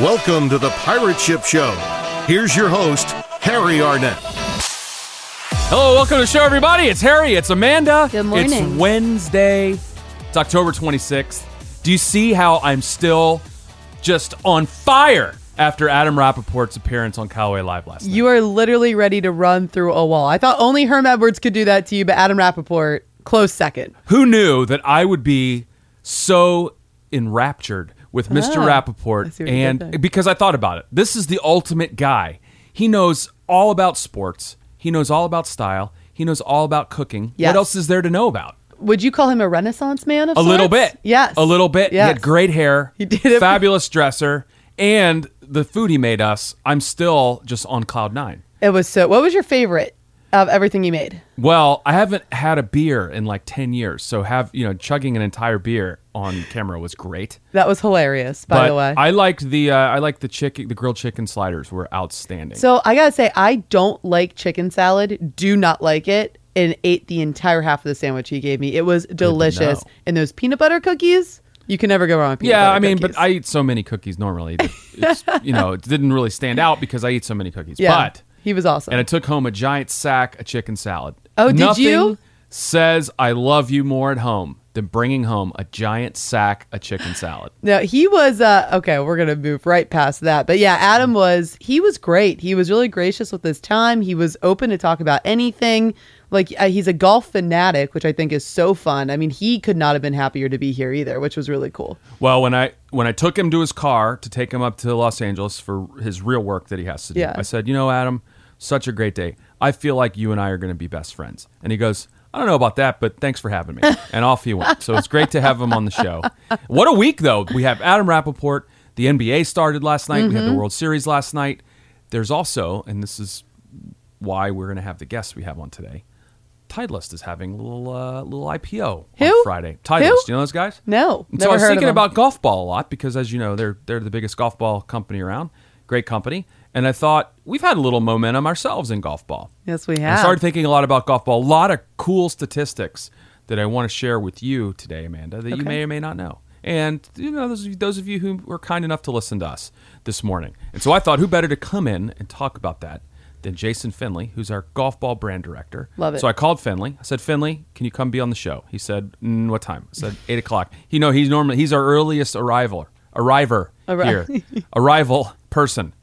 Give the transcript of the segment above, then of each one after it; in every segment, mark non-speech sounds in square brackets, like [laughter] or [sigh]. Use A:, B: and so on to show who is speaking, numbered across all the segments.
A: Welcome to the Pirate Ship Show. Here's your host, Harry Arnett.
B: Hello, welcome to the show, everybody. It's Harry. It's Amanda.
C: Good morning.
B: It's Wednesday. It's October 26th. Do you see how I'm still just on fire after Adam Rappaport's appearance on Callaway Live last night?
D: You are literally ready to run through a wall. I thought only Herm Edwards could do that to you, but Adam Rappaport, close second.
B: Who knew that I would be so enraptured with Mr.
D: Ah, I see
B: Rappaport?
D: what you did
B: And
D: there.
B: because I thought about it, this is the ultimate guy. He knows all about sports, he knows all about style, he knows all about cooking.
D: Yes.
B: What else is there to know about?
D: Would you call him a Renaissance man? Of
B: A little
D: sorts?
B: bit.
D: Yes.
B: A little bit. He had
D: Yes.
B: great hair.
D: [laughs] He did have-
B: Fabulous dresser. And the food he made us, I'm still just on cloud nine.
D: It was so. What was your favorite of everything he made?
B: Well, I haven't had a beer in like 10 years. So have, you know, chugging an entire beer on camera was great.
D: That was hilarious, by
B: but
D: the way.
B: I liked the uh, I liked the chicken the grilled chicken sliders were outstanding.
D: so I gotta say, I don't like chicken salad. Do not like it. And ate the entire half of the sandwich he gave me. It was delicious.
B: know.
D: And those peanut butter cookies, you can never go wrong. With peanut
B: yeah,
D: butter
B: I mean,
D: cookies.
B: but I eat so many cookies normally. that It's, you know, it didn't really stand out because I eat so many cookies.
D: yeah,
B: But
D: he was awesome.
B: and I took home a giant sack of chicken salad.
D: Oh, did
B: Nothing
D: you?
B: Says I love you more at home than bringing home a giant sack of chicken salad.
D: No, he was uh okay, we're gonna move right past that. But yeah,
B: Mm.
D: Adam was he was great. He was really gracious with his time. He was open to talk about anything. Like uh, he's a golf fanatic, which I think is so fun. I mean, he could not have been happier to be here either, which was really cool.
B: Well, when I when I took him to his car to take him up to Los Angeles for his real work that he has to do,
D: Yeah.
B: I said, "You know, Adam, such a great day. I feel like you and I are going to be best friends." And he goes, "I don't know about that, but thanks for
D: [laughs]
B: having me." and off he went. So it's great to have him on the show. What a week, though. We have Adam Rappaport. The NBA started last night. We
D: Mm-hmm.
B: had the World Series last night. There's also, and this is why we're going to have the guests we have on today. Titleist is having a little uh, little IPO on
D: Who?
B: Friday.
D: Who?
B: Titleist, you know those guys?
D: No,
B: And so
D: never
B: I was
D: heard of
B: thinking
D: them.
B: about golf ball a lot because, as you know, they're they're the biggest golf ball company around. Great company, and I thought we've had a little momentum ourselves in golf ball.
D: Yes, we
B: And I
D: have.
B: started thinking a lot about golf ball. A lot of cool statistics that I want to share with you today, Amanda, that you may or may not know. And you know, those of you, those of you who were kind enough to listen to us this morning. And so I thought, who better to come in and talk about that than Jason Finley, who's our golf ball brand director.
D: Love it.
B: So I called Finley. I said, Finley, can you come be on the show? He said, mm, What time? I said, Eight o'clock. You know, he's normally he's our earliest arrival, arriver
D: Arri-
B: here,
D: [laughs]
B: arrival person,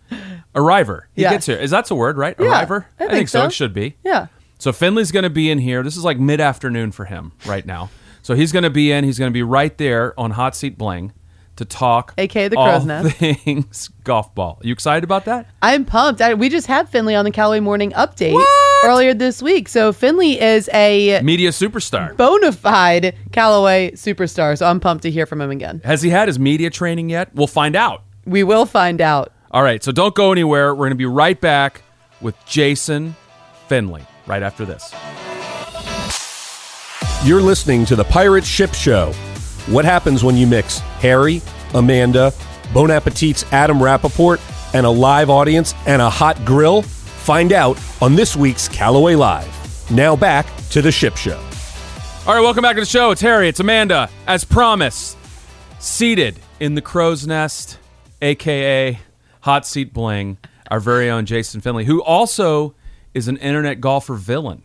B: arriver. He
D: Yes.
B: gets here. Is that's a word, right?
D: Yeah,
B: Arriver.
D: I think
B: so.
D: so.
B: It should be.
D: Yeah.
B: So Finley's going to be in here. This is like mid afternoon for him right now. So he's going to be in. He's going to be right there on Hot Seat Bling to talk,
D: AKA the
B: all
D: crow's
B: [laughs]
D: nest.
B: things golf ball. You excited about that?
D: I'm pumped. I, we just had Finley on the Callaway Morning Update earlier this week. So Finley is a
B: Media superstar.
D: bona fide Callaway superstar. So I'm pumped to hear from him again.
B: Has he had his media training yet? We'll find out.
D: We will find out.
B: All right. So don't go anywhere. We're going to be right back with Jason Finley right after this.
E: You're listening to the Pirate Ship Show. What happens when you mix Harry, Amanda, Bon Appetit's Adam Rappaport, and a live audience and a hot grill? Find out on this week's Callaway Live. Now back to the Ship Show.
B: All right, welcome back to the show. It's Harry. It's Amanda. As promised, seated in the crow's nest, aka hot seat bling, our very own Jason Finley, who also is an internet golfer villain.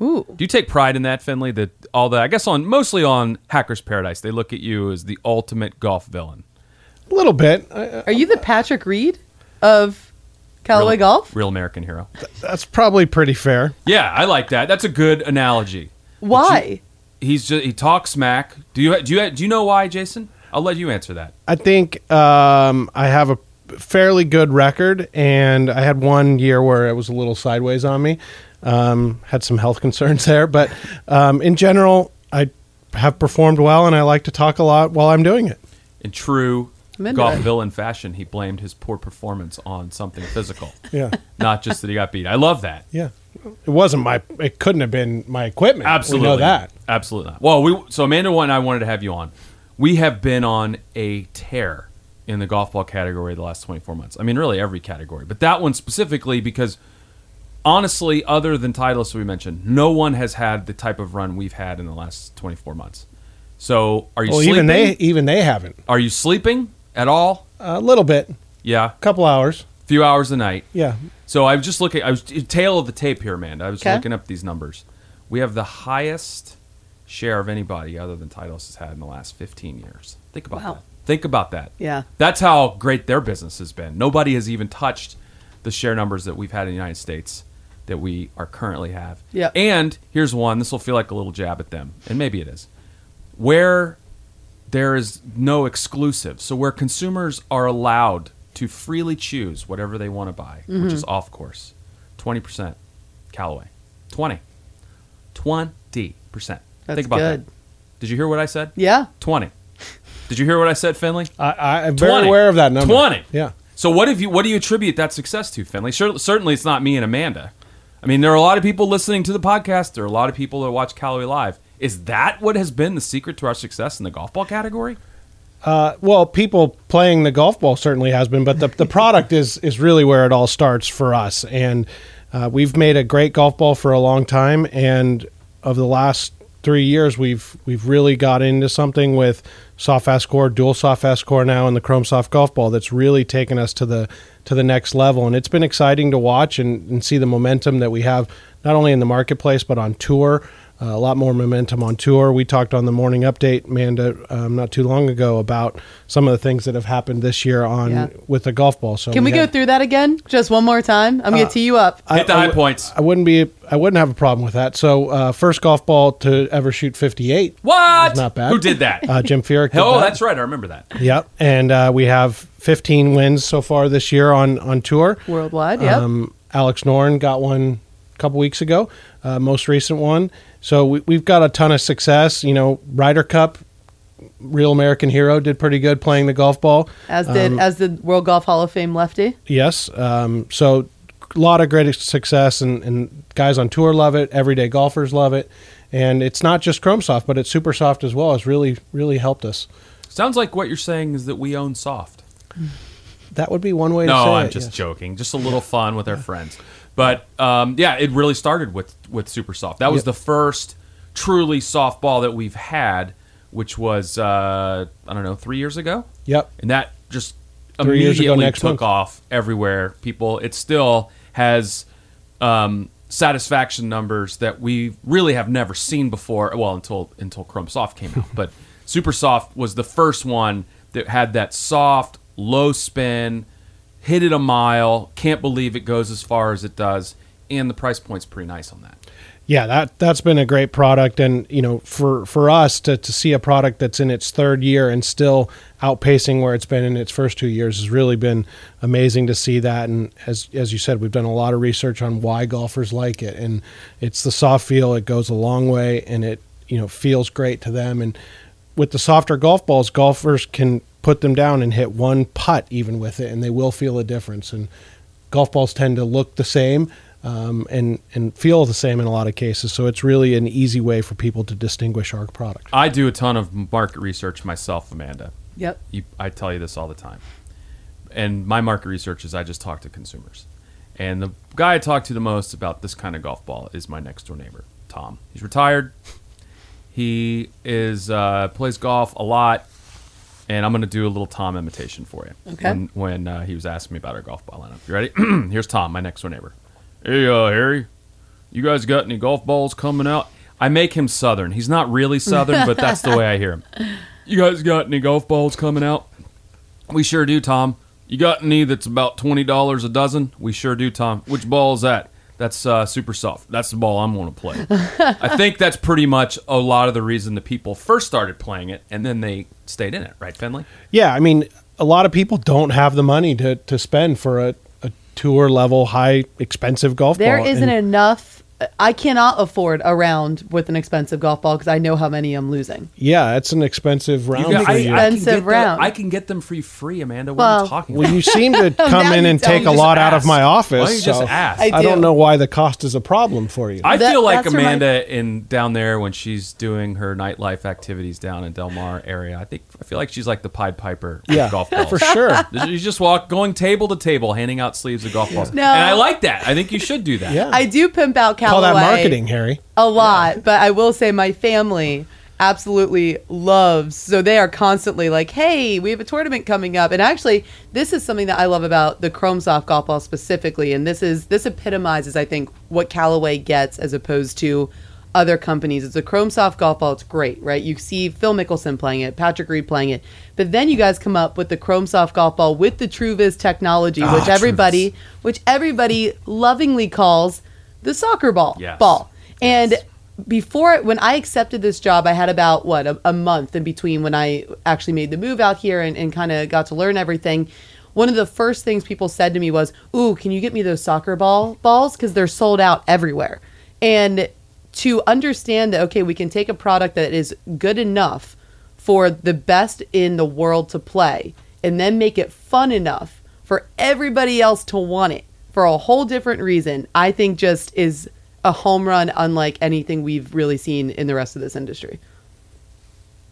D: Ooh.
B: Do you take pride in that, Finley? That all that I guess on mostly on Hackers Paradise, they look at you as the ultimate golf villain.
F: A little bit. I,
D: Are you the Patrick Reed of Callaway Oh, Golf?
B: real American hero.
F: that's probably pretty fair.
B: Yeah, I like that. That's a good analogy.
D: Why?
B: He's just he talks smack. Do you do you do you know why, Jason? I'll let you answer that.
F: I think um, I have a fairly good record, and I had one year where it was a little sideways on me. Um, had some health [laughs] concerns there, but um, in general, I have performed well, and I like to talk a lot while I'm doing it.
B: in true
D: I'm into
B: golf
D: it.
B: villain fashion, he blamed his poor performance on something physical,
F: Yeah, [laughs]
B: not just that he got beat. I love that.
F: yeah. It wasn't my. It couldn't have been my equipment. We
B: Absolutely,
F: know that.
B: Absolutely. Not. Well, we so Amanda one, I wanted to have you on. We have been on a tear in the golf ball category the last 24 months. I mean, really every category, but that one specifically because honestly, other than Titleist we mentioned, no one has had the type of run we've had in the last 24 months. So, are you
F: Well,
B: sleeping?
F: even they, even they haven't.
B: are you sleeping at all?
F: A little bit.
B: Yeah,
F: a couple hours.
B: few hours a night.
F: Yeah.
B: So I was just looking. I was tail of the tape here, man. I was
D: Okay.
B: looking up these numbers. We have the highest share of anybody other than Titleist has had in the last 15 years. Think about
D: Wow.
B: that. Think about that.
D: Yeah.
B: That's how great their business has been. Nobody has even touched the share numbers that we've had in the United States that we are currently have.
D: Yeah.
B: And here's one. This will feel like a little jab at them, and maybe it is. Where there is no exclusive. So where consumers are allowed to freely choose whatever they want to buy,
D: Mm-hmm.
B: which is off course, twenty percent, Callaway, 20 20 percent.
D: That's
B: Think about
D: good.
B: that. Did you hear what I said?
D: Yeah.
B: Twenty. Did you hear what I said, Finley?
F: I, I, I'm very
B: 20.
F: aware of that number.
B: 20.
F: Yeah.
B: So what have you? What do you attribute that success to, Finley? Cer- certainly, it's not me and Amanda. I mean, there are a lot of people listening to the podcast. There are a lot of people that watch Callaway live. Is that what has been the secret to our success in the golf ball category?
F: Uh, well, people playing the golf ball certainly has been, but the, the product is is really where it all starts for us. And uh, we've made a great golf ball for a long time, and of the last three years, we've we've really got into something with soft fast core, dual soft fast core now, and the chrome soft golf ball that's really taken us to the to the next level. And it's been exciting to watch and, and see the momentum that we have not only in the marketplace but on tour. Uh, a lot more momentum on tour. We talked on the morning update, Amanda, um, not too long ago about some of the things that have happened this year on
D: Yeah.
F: with the golf ball. So
D: Can we go
F: had-
D: through that again? Just one more time. I'm gonna tee you up.
B: Hit the
F: I
B: high
F: would-
B: points.
F: I wouldn't be. I wouldn't have a problem with that. So uh, first golf ball to ever shoot 58.
B: What?
F: Not bad.
B: Who did that?
F: Uh, Jim Furyk. did
B: oh,
F: that.
B: that's right. I remember that.
F: Yep, and uh, we have 15 wins so far this year on on tour
D: Worldwide, yep.
F: Alex Noren got one a couple weeks ago, uh, most recent one. So we, we've got a ton of success. You know, Ryder Cup, Real American Hero did pretty good playing the golf ball.
D: as did as did World Golf Hall of Fame lefty.
F: Yes. Um, so a lot of great success, and, and guys on tour love it. Everyday golfers love it. And it's not just Chrome Soft, but it's Super Soft as well. It's really, really helped us.
B: Sounds like what you're saying is that we own soft.
F: That would be one way to say
B: No, I'm
F: it,
B: just
F: yes.
B: joking. Just a little fun with our friends. But um, yeah, it really started with with super soft. That was the first truly soft ball that we've had, which was uh, I don't know three years ago,
F: Yep.
B: and that just
F: Three years ago
B: immediately
F: next
B: took
F: month.
B: off everywhere. People, it still has um, satisfaction numbers that we really have never seen before. Well, until until Chrome Soft came
F: [laughs]
B: out, but Super Soft was the first one that had that soft, low spin, hit it a mile. Can't believe it goes as far as it does, and the price point's pretty nice on that.
F: Yeah, that that's been a great product, and you know, for for us to to see a product that's in its third year and still outpacing where it's been in its first two years has really been amazing to see that. And as as you said, we've done a lot of research on why golfers like it, and it's the soft feel. It goes a long way, and it you know feels great to them. And with the softer golf balls, golfers can put them down and hit one putt even with it, and they will feel a difference. And golf balls tend to look the same um, and and feel the same in a lot of cases. So it's really an easy way for people to distinguish our product.
B: I do a ton of market research myself, Amanda.
D: Yep.
B: you, I tell you this all the time. And my market research is I just talk to consumers. And the guy I talk to the most about this kind of golf ball is my next door neighbor, Tom. He's retired. He is uh, plays golf a lot. And I'm going to do a little Tom imitation for you.
D: Okay.
B: When, when uh, he was asking me about our golf ball lineup. You ready? [clears throat] Here's Tom, my next door neighbor. Hey, uh, Harry, you guys got any golf balls coming out? I make him Southern. He's not really Southern, but that's the way I hear him. You guys got any golf balls coming out? We sure do, Tom. You got any that's about twenty dollars a dozen? We sure do, Tom. Which ball is that? That's uh, super soft. That's the ball I'm going to
D: [laughs]
B: play. I think that's pretty much a lot of the reason the people first started playing it, and then they stayed in it, right, Finley?
F: Yeah, I mean, a lot of people don't have the money to to spend for a, a tour level, high expensive golf
D: There
F: ball.
D: not
F: And-
D: enough. I cannot afford a round with an expensive golf ball because I know how many I'm losing.
F: yeah, it's an expensive round.
D: got-
F: for
D: I-
F: you.
D: I- Expensive
B: can get the-
D: round.
B: I can get them for you free, Amanda. What are
D: Well-
B: you talking about?
F: well, you seem
D: [laughs]
F: to come
D: Now
F: in
D: you
F: and
D: tell
F: take
D: me.
F: a
D: You
F: lot
B: just
F: out of my
B: asked.
F: office.
B: Why don't you just
F: so
B: ask?
D: I
F: I don't
D: do.
F: know why the cost is a problem for you.
B: I
D: That-
B: feel like
D: that's where my-
B: Amanda in down there when she's doing her nightlife activities down in Del Mar area. I think I feel like she's like the Pied Piper of
F: Yeah,
B: golf balls
D: [laughs]
F: for sure.
B: You just walk going table to table, handing out sleeves of golf balls.
D: No.
B: And I like that. I think you should do that.
F: Yeah.
D: I do pimp out
F: Call
D: Callaway
F: that marketing, Harry.
D: a lot, but I will say my family absolutely loves. So they are constantly like, hey, we have a tournament coming up. And actually, this is something that I love about the Chrome Soft Golf Ball specifically. And this is this epitomizes, I think, what Callaway gets as opposed to other companies. It's a Chrome Soft Golf Ball. It's great, right? You see Phil Mickelson playing it, Patrick Reed playing it. But then you guys come up with the Chrome Soft Golf Ball with the TrueViz technology, which everybody which everybody lovingly calls the soccer ball
B: Yes.
D: ball. And before when I accepted this job, I had about what a, a month in between when I actually made the move out here and, and kind of got to learn everything. One of the first things people said to me was, "Ooh, can you get me those soccer ball balls because they're sold out everywhere." And to understand that, okay, we can take a product that is good enough for the best in the world to play and then make it fun enough for everybody else to want it for a whole different reason, I think just is a home run unlike anything we've really seen in the rest of this industry.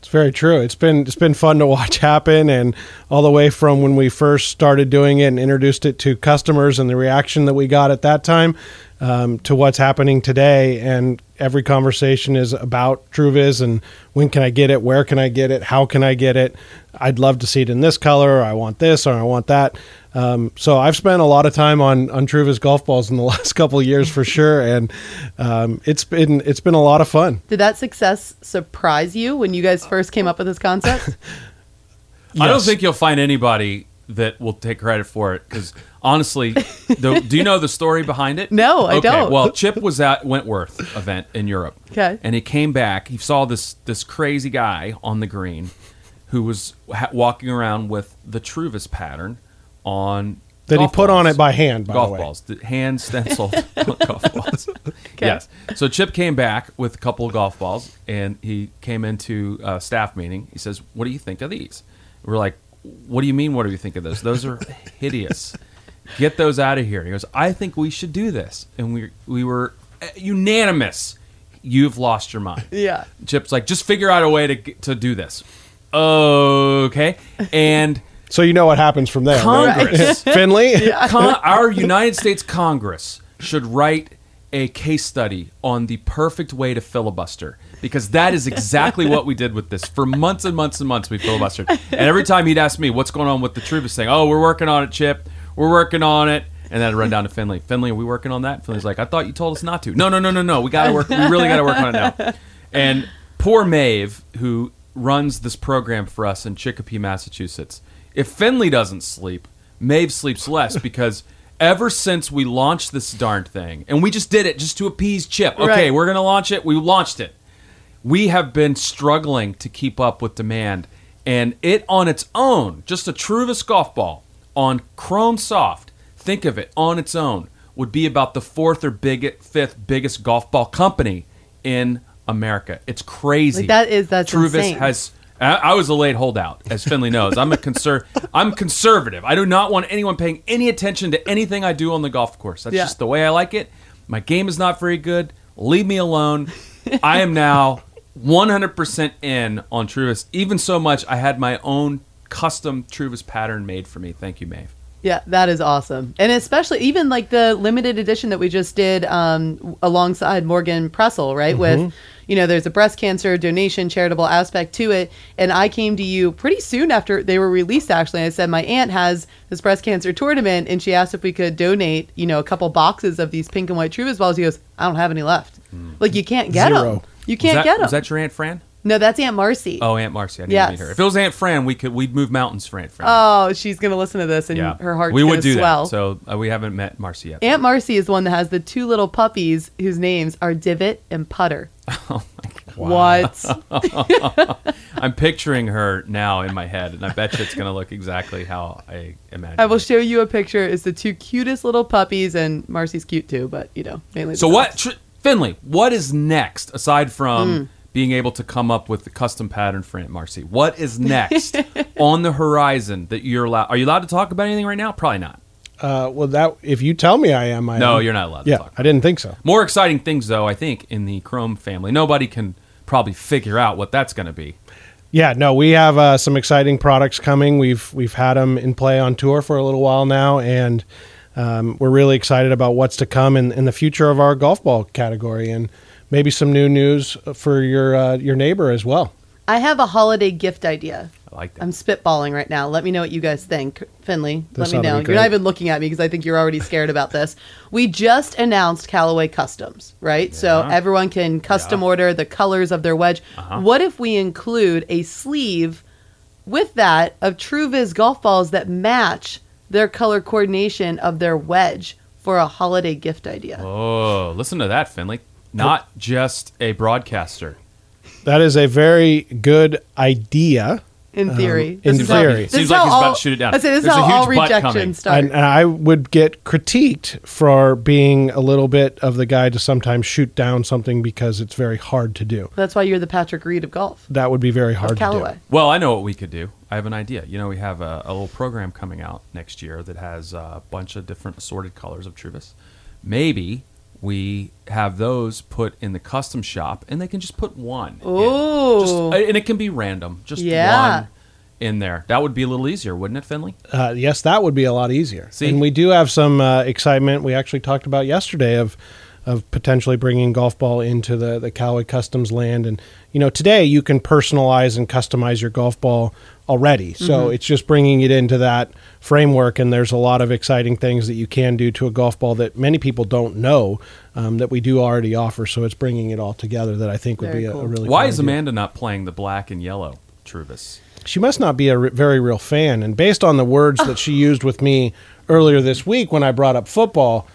F: It's very true. It's been it's been fun to watch [laughs] happen, and all the way from when we first started doing it and introduced it to customers and the reaction that we got at that time um, to what's happening today. And every conversation is about TrueViz and when can I get it, where can I get it, how can I get it. I'd love to see it in this color. Or I want this, or I want that. Um, so I've spent a lot of time on on TrueViz golf balls in the [laughs] last couple of years for sure, and um, it's been it's been a lot of fun.
D: Did that success surprise you when you guys first came up with this concept?
B: I don't
F: Yes.
B: think you'll find anybody that will take credit for it because honestly, the, do you know the story behind it?
D: No, I don't.
B: Well, Chip was at Wentworth event in Europe.
D: Okay.
B: and he came back. He saw this this crazy guy on the green who was ha- walking around with the Truvis pattern on
F: That he
B: golf
F: put on
B: balls.
F: it by hand, by the
B: golf
F: way.
B: balls, th- hand stenciled on golf balls. Yes. So Chip came back with a couple of golf balls, and he came into a staff meeting. He says, "What do you think of these?" We're like, "What do you mean? What do you think of those? Those are hideous. Get those out of here." He goes, "I think we should do this," and we we were uh, unanimous. You've lost your mind.
D: Yeah.
B: Chip's like, just figure out a way to get- to do this. Okay, and.
F: So you know what happens from there. right?
B: Congress.
F: [laughs] Finley?
B: Con- our United States Congress should write a case study on the perfect way to filibuster because that is exactly what we did with this for months and months and months we filibustered and every time he'd ask me what's going on with the Truvis thing oh we're working on it Chip we're working on it and then I'd run down to Finley Finley are we working on that Finley's like I thought you told us not to no no no no no we gotta work we really gotta work on it now and poor Maeve who runs this program for us in Chicopee Massachusetts if Finley doesn't sleep Maeve sleeps less because ever since we launched this darn thing, and we just did it just to appease Chip. Okay,
D: Right.
B: we're going to launch it. We launched it. We have been struggling to keep up with demand, and it on its own, just a Truvis golf ball on Chrome Soft, think of it on its own, would be about the fourth or big, fifth biggest golf ball company in America. It's crazy.
D: Like, that is- that's
B: Truvis
D: insane.
B: has it's- I I was a late holdout, as Finley knows. I'm a conser- I'm conservative. I do not want anyone paying any attention to anything I do on the golf course. That's
D: Yeah.
B: just the way I like it. My game is not very good. Leave me alone. I am now 100% in on Truvis. Even so much, I had my own custom Truvis pattern made for me. Thank you, Maeve.
D: Yeah, that is awesome. And especially even like the limited edition that we just did um, w- alongside Morgan Pressel, right? With,
B: Mm-hmm.
D: you know, there's a breast cancer donation charitable aspect to it. And I came to you pretty soon after they were released, actually. I said, my aunt has this breast cancer tournament. And she asked if we could donate, you know, a couple boxes of these pink and white Truvis balls. She goes, I don't have any left. Like, you can't get them.
F: Zero.
D: You
B: Mm. Was
D: can't
B: that,
D: get them.
B: Was that your Aunt Fran?
D: no, that's Aunt Marcy.
B: Oh, Aunt Marcy. I need
D: Yes.
B: to meet her. If it was Aunt Fran, we could we'd move mountains for Aunt Fran.
D: Oh, she's going to listen to this and her heart's
B: we
D: going
B: would
D: to
B: do
D: swell.
B: that. So uh, we haven't met Marcy yet.
D: Aunt Marcy is the one that has the two little puppies whose names are Divot
B: [laughs]
D: and Putter.
B: Oh
D: What?
B: I'm picturing her now in my head, and I bet you it's going to look exactly how I imagine.
D: I will
B: it.
D: show you a picture. It's the two cutest little puppies, and Marcy's cute too, but you know, mainly. the
B: so what,
D: dogs.
B: tr- Finley? What is next aside from
D: Hmm.
B: being able to come up with the custom pattern for Aunt Marcy? What is
D: [laughs]
B: next on the horizon that you're allowed? Are you allowed to talk about anything right now? Probably not.
F: Uh, well, that if you tell me I am, I
B: No,
F: am.
B: you're not allowed to
F: Yeah,
B: talk.
F: I didn't think so.
B: More exciting things, though, I think, in the Chrome family. Nobody can probably figure out what that's going to be.
F: Yeah, no, we have uh, some exciting products coming. We've we've had them in play on tour for a little while now, and um, we're really excited about what's to come in, in the future of our golf ball category. And maybe some new news for your uh, your neighbor as well.
D: I have a holiday gift idea.
B: I like that.
D: I'm spitballing right now. Let me know what you guys think. Finley, let
F: This
D: me
F: ought to
D: know.
F: be
D: You're not
F: great.
D: even looking at me because I think you're already scared about this. We just announced Callaway Customs, right? So everyone can custom order the colors of their wedge.
B: Uh-huh.
D: What if we include a sleeve with that of TrueViz golf balls that match their color coordination of their wedge for a holiday gift idea?
B: Oh, listen to that, Finley. Not just a broadcaster.
F: That is a very good idea.
D: In theory,
F: um, in
D: This is how-
F: theory.
D: this
B: Seems
D: is
B: like
D: how
B: he's about
D: all-
B: to shoot it down.
D: I say this is
B: There's a
D: how all
B: huge butt
D: rejection
B: coming.
D: starts.
F: And I would get critiqued for being a little bit of the guy to sometimes shoot down something because it's very hard to do.
D: That's why you're the Patrick Reed of golf.
F: That would be very hard
D: Of
F: to do.
D: Callaway.
B: Well, I know what we could do. I have an idea. You know, we have a, a little program coming out next year that has uh, a bunch of different assorted colors of Truvis. Maybe we have those put in the custom shop, and they can just put one. in.
D: Ooh.
B: Just- and it can be random. Just
D: Yeah.
B: one in there. That would be a little easier, wouldn't it, Finley?
F: Uh, yes, that would be a lot easier.
B: See?
F: And we do have some uh, excitement. We actually talked about yesterday of of potentially bringing golf ball into the the Callaway Customs land, and you know today you can personalize and customize your golf ball already. So
D: Mm-hmm.
F: it's just bringing it into that framework, and there's a lot of exciting things that you can do to a golf ball that many people don't know um, that we do already offer. So it's bringing it all together that I think would
D: Very
F: be a,
D: cool.
F: a really
B: Why
F: cool
B: is
F: idea.
B: Amanda not playing the black and yellow Truvis?
F: She must not be a re- very real fan. And based on the words that she used with me earlier this week when I brought up football,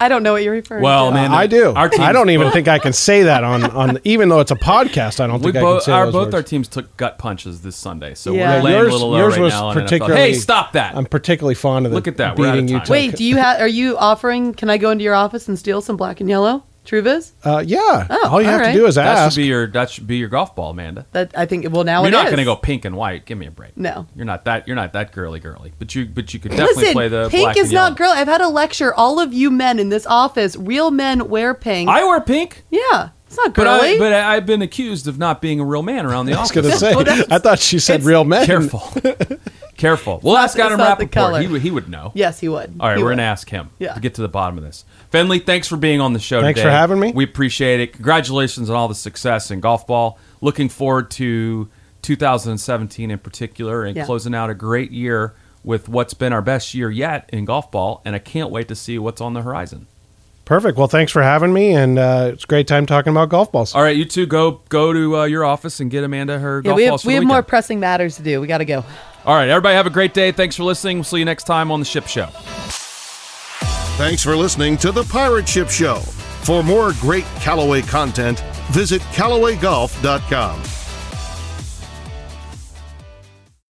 D: I don't know what you're referring
B: Well,
D: to.
B: man, And
F: I do.
B: our teams
F: I don't even think I can say that on, on even though it's a podcast. I don't
B: We
F: think I can
B: both
F: say
B: our
F: those
B: both our
F: words.
B: teams took gut punches this Sunday, so
D: Yeah.
B: we're laying
F: Yours-
B: a little low
F: yours
B: right
F: was
B: now. on NFL.
F: particularly-
B: hey, stop that!
F: I'm particularly fond of the
B: Look at that, we're out of
F: beating you.
B: time.
F: to-
D: Wait, do you have? Are you offering? Can I go into your office and steal some black and yellow Truvis?
F: uh, yeah. all you
D: all
F: have
D: right.
F: to do is
B: that
F: ask.
B: should be your that should be your golf ball, Amanda.
D: That I think. Well, now
B: you're
D: Oh, it
B: not
D: is.
B: going to go pink and white. Give me a break.
D: No.
B: you're not that. You're not that girly girly. But you but you could definitely
D: Listen,
B: play the
D: pink
B: black
D: is
B: and
D: not
B: yellow.
D: girl. I've had a lecture. All of you men in this office, real men wear pink.
B: I wear pink,
D: yeah, it's not
B: but
D: girly.
B: I but I, I've been accused of not being a real man around the
F: I was
B: office.
F: going to
B: [laughs]
F: say. I thought she said real men. [laughs]
B: Careful, careful. We'll ask
D: it's
B: Adam
D: not the color.
B: Rappaport. He, would- he would know.
D: yes, he would.
B: All right,
D: He
B: we're
D: would.
B: gonna ask him.
D: Yeah.
B: to get to the bottom of this. Finley, thanks for being on the show.
F: Thanks
B: today.
F: for having me.
B: We appreciate it. Congratulations on all the success in golf ball. Looking forward to 2017 in particular and
D: Yeah.
B: closing out a great year with what's been our best year yet in golf ball. And I can't wait to see what's on the horizon.
F: Perfect. Well, thanks for having me, and uh, it's a great time talking about golf balls.
B: All right, you two go go to uh, your office and get Amanda her
D: Yeah,
B: golf
D: we
B: balls
D: have
B: for
D: we
B: the
D: have more
B: weekend.
D: pressing matters to do. We got to go.
B: all right, everybody have a great day. Thanks for listening. We'll see you next time on the Ship Show.
A: Thanks for listening to The Pirate Ship Show. For more great Callaway content, visit CallawayGolf.com.